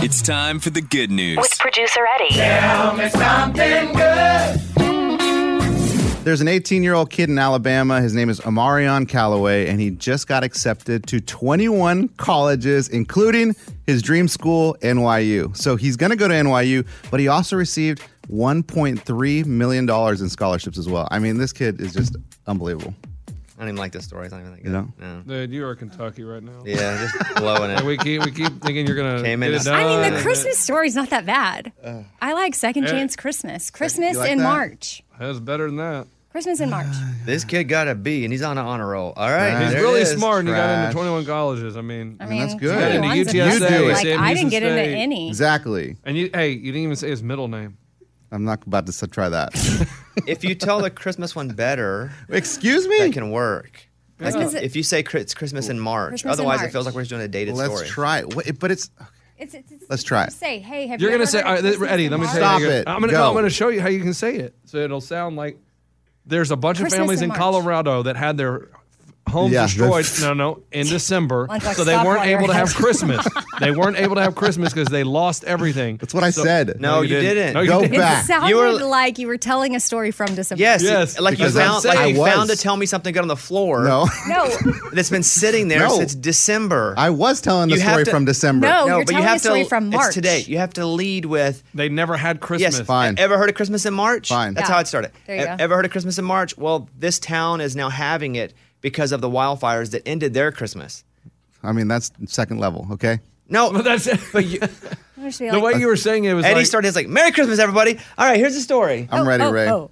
[SPEAKER 12] It's time for the good news.
[SPEAKER 13] With producer Eddie. Tell me
[SPEAKER 14] something
[SPEAKER 13] good.
[SPEAKER 5] There's an 18 year old kid in Alabama. His name is Amarion Calloway, and he just got accepted to 21 colleges, including his dream school, NYU. So he's going to go to NYU, but he also received $1.3 million in scholarships as well. I mean, this kid is just unbelievable.
[SPEAKER 1] I don't even like this story. It's not even that
[SPEAKER 5] You
[SPEAKER 1] good.
[SPEAKER 5] know?
[SPEAKER 1] No.
[SPEAKER 7] Dude, you are Kentucky right now.
[SPEAKER 1] Yeah, just blowing it.
[SPEAKER 7] we keep we keep thinking you're gonna
[SPEAKER 1] Came in
[SPEAKER 7] get it
[SPEAKER 1] and-
[SPEAKER 7] done.
[SPEAKER 1] I mean,
[SPEAKER 6] The Christmas story's not that bad.
[SPEAKER 5] Uh.
[SPEAKER 6] I like second
[SPEAKER 7] Eh.
[SPEAKER 6] chance Christmas. Christmas
[SPEAKER 1] like
[SPEAKER 6] in
[SPEAKER 1] that?
[SPEAKER 6] March.
[SPEAKER 7] That's better than that.
[SPEAKER 6] Christmas in March.
[SPEAKER 1] This kid got a B, and he's on an honor roll. All right,
[SPEAKER 7] He's
[SPEAKER 1] there it
[SPEAKER 7] really
[SPEAKER 1] is.
[SPEAKER 7] smart and he got into
[SPEAKER 1] Trash.
[SPEAKER 7] 21 colleges. I mean,
[SPEAKER 6] I mean, that's
[SPEAKER 7] good. You got into UTSA,
[SPEAKER 5] You do
[SPEAKER 6] Like,
[SPEAKER 5] it.
[SPEAKER 6] I didn't get into
[SPEAKER 7] State.
[SPEAKER 6] any.
[SPEAKER 5] Exactly.
[SPEAKER 7] And you, hey, you didn't even say his middle name.
[SPEAKER 5] I'm not about to s- try that.
[SPEAKER 1] if you tell the Christmas one better,
[SPEAKER 5] excuse me, that
[SPEAKER 1] can work. Like,
[SPEAKER 6] Christmas-
[SPEAKER 1] if you say cri- it's Christmas in March,
[SPEAKER 6] Christmas in
[SPEAKER 1] otherwise
[SPEAKER 6] March.
[SPEAKER 1] it feels like we're just doing a dated
[SPEAKER 5] Let's
[SPEAKER 1] story.
[SPEAKER 5] try it. Wait, But it's,
[SPEAKER 6] It's, it's, it's,
[SPEAKER 5] let's try it.
[SPEAKER 6] say, hey, have
[SPEAKER 7] you're
[SPEAKER 6] you
[SPEAKER 7] gonna
[SPEAKER 6] ever
[SPEAKER 7] say,
[SPEAKER 6] heard of
[SPEAKER 7] all right, th-
[SPEAKER 6] Christmas
[SPEAKER 7] Eddie,
[SPEAKER 6] in
[SPEAKER 7] let me
[SPEAKER 6] March?
[SPEAKER 7] tell you. how
[SPEAKER 5] Stop
[SPEAKER 7] you're gonna-
[SPEAKER 5] it.
[SPEAKER 7] I'm gonna,
[SPEAKER 5] Go.
[SPEAKER 7] I'm gonna show you how you can say it, so it'll sound like there's a bunch
[SPEAKER 6] Christmas
[SPEAKER 7] of families
[SPEAKER 6] in
[SPEAKER 7] in
[SPEAKER 6] March.
[SPEAKER 7] Colorado that had their homes
[SPEAKER 5] Yeah.
[SPEAKER 7] destroyed. no, no, in December,
[SPEAKER 6] Lunchbox,
[SPEAKER 7] so they
[SPEAKER 6] stop
[SPEAKER 7] weren't
[SPEAKER 6] while you're
[SPEAKER 7] able to
[SPEAKER 6] ahead.
[SPEAKER 7] have Christmas. they weren't able to have Christmas because they lost everything. That's
[SPEAKER 5] what I said.
[SPEAKER 1] No, you didn't.
[SPEAKER 7] No, you
[SPEAKER 5] Go
[SPEAKER 7] didn't.
[SPEAKER 5] back.
[SPEAKER 6] It sounded
[SPEAKER 1] You were-
[SPEAKER 6] like you were telling a story from December.
[SPEAKER 1] Yes, like you
[SPEAKER 5] Because I'm
[SPEAKER 1] found, like
[SPEAKER 5] saying-
[SPEAKER 1] you
[SPEAKER 5] I was.
[SPEAKER 1] found to tell me something good on the floor
[SPEAKER 5] No,
[SPEAKER 6] No,
[SPEAKER 1] that's been sitting there
[SPEAKER 5] No.
[SPEAKER 1] since December.
[SPEAKER 5] I was telling the
[SPEAKER 1] You have
[SPEAKER 5] story
[SPEAKER 1] to-
[SPEAKER 5] from December.
[SPEAKER 6] No, Oh, you're telling a story from March.
[SPEAKER 1] It's today. You have to lead with
[SPEAKER 7] They never had Christmas.
[SPEAKER 1] yes. e-,
[SPEAKER 5] Fine.
[SPEAKER 1] Ever heard of Christmas in March?
[SPEAKER 5] Fine.
[SPEAKER 1] That's
[SPEAKER 6] Yeah.
[SPEAKER 1] how it started.
[SPEAKER 6] There you
[SPEAKER 1] E-
[SPEAKER 6] go.
[SPEAKER 1] Ever heard of Christmas in March? Well, this town is now having it because of the wildfires that ended their Christmas.
[SPEAKER 5] I mean, that's second level, okay?
[SPEAKER 1] No,
[SPEAKER 7] But that's
[SPEAKER 1] but you,
[SPEAKER 6] I'm just be
[SPEAKER 7] the
[SPEAKER 6] like,
[SPEAKER 7] way you were saying it was
[SPEAKER 1] Eddie
[SPEAKER 7] like,
[SPEAKER 1] started his like Merry Christmas, everybody. All right, here's the story.
[SPEAKER 5] I'm
[SPEAKER 6] oh,
[SPEAKER 5] ready,
[SPEAKER 6] oh,
[SPEAKER 5] Ray.
[SPEAKER 6] oh.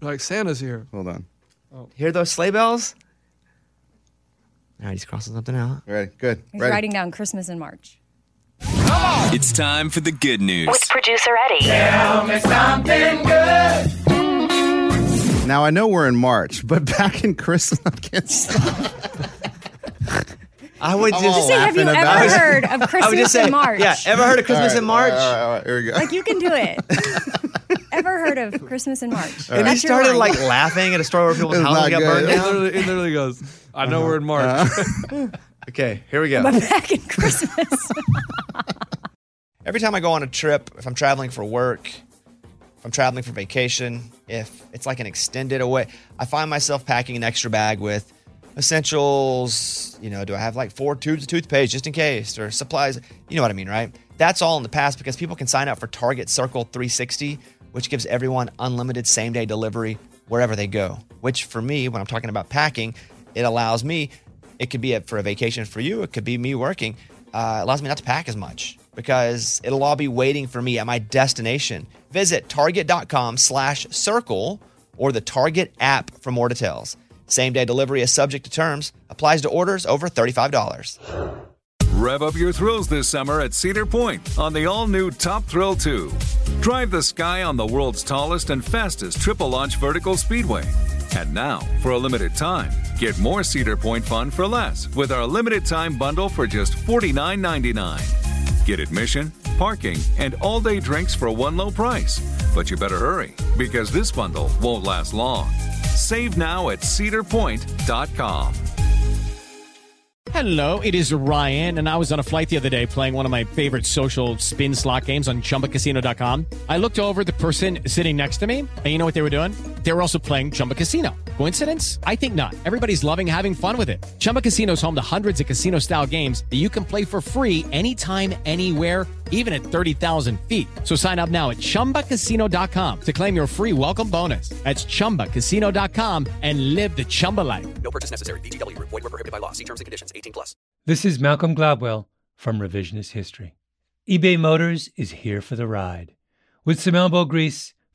[SPEAKER 7] like Santa's here.
[SPEAKER 5] Hold on.
[SPEAKER 1] Hear those sleigh bells? All right, he's crossing something out.
[SPEAKER 5] Ready? Good.
[SPEAKER 6] He's
[SPEAKER 5] Ready?
[SPEAKER 6] writing down Christmas in March.
[SPEAKER 12] It's time for the good news.
[SPEAKER 13] With producer Eddie.
[SPEAKER 5] Now I know we're in March, but back in Christmas, I can't stop.
[SPEAKER 1] I would
[SPEAKER 5] I'm
[SPEAKER 1] just,
[SPEAKER 5] all
[SPEAKER 6] Say, have you
[SPEAKER 5] laughing
[SPEAKER 6] ever
[SPEAKER 5] about it.
[SPEAKER 6] heard of
[SPEAKER 1] I would
[SPEAKER 6] Christmas
[SPEAKER 1] just say,
[SPEAKER 6] in March?
[SPEAKER 1] yeah. Ever heard of
[SPEAKER 5] All
[SPEAKER 1] Christmas
[SPEAKER 5] right,
[SPEAKER 1] in March?
[SPEAKER 5] All right, all right, here we go.
[SPEAKER 6] Like you can do it. ever heard of Christmas in March?
[SPEAKER 1] And he
[SPEAKER 6] That's your
[SPEAKER 1] started
[SPEAKER 6] line.
[SPEAKER 1] like laughing at a story where people's
[SPEAKER 5] It's
[SPEAKER 1] houses
[SPEAKER 5] not
[SPEAKER 1] got
[SPEAKER 5] good.
[SPEAKER 1] burned
[SPEAKER 7] It
[SPEAKER 1] down.
[SPEAKER 7] literally, it literally goes. I know we're in March.
[SPEAKER 1] Okay, here we go.
[SPEAKER 6] But back in Christmas.
[SPEAKER 1] Every time I go on a trip, if I'm traveling for work, if I'm traveling for vacation, if it's like an extended away, I find myself packing an extra bag with essentials. You know, do I have like four tubes of toothpaste just in case or supplies? You know what I mean, right? That's all in the past because people can sign up for Target Circle 360, which gives everyone unlimited same day delivery wherever they go. Which for me, when I'm talking about packing, it allows me it could be a, for a vacation for you. It could be me working. Uh, it allows me not to pack as much because it'll all be waiting for me at my destination. Visit target.com slash circle or the Target app for more details. Same day delivery is subject to terms. Applies to orders over $35.
[SPEAKER 3] Rev up your thrills this summer at Cedar Point on the all new Top Thrill 2. Drive the sky on the world's tallest and fastest triple launch vertical speedway. And now, for a limited time, get more Cedar Point fun for less with our limited time bundle for just $49.99. Get admission, parking, and all day drinks for one low price. But you better hurry because this bundle won't last long. Save now at cedarpoint.com.
[SPEAKER 15] Hello, it is Ryan, and I was on a flight the other day playing one of my favorite social spin slot games on chumbacasino.com. I looked over at the person sitting next to me, and you know what they were doing? They were also playing Chumba Casino. Coincidence? I think not. Everybody's loving having fun with it. Chumba Casino is home to hundreds of casino style games that you can play for free anytime, anywhere, even at 30,000 feet. So sign up now at chumbacasino.com to claim your free welcome bonus. That's chumbacasino.com and live the Chumba life.
[SPEAKER 16] No purchase necessary. BGW. Void were prohibited by law. See terms and conditions. 18 plus.
[SPEAKER 17] This is Malcolm Gladwell
[SPEAKER 7] from revisionist history. eBay Motors is here for the ride. With some elbow grease,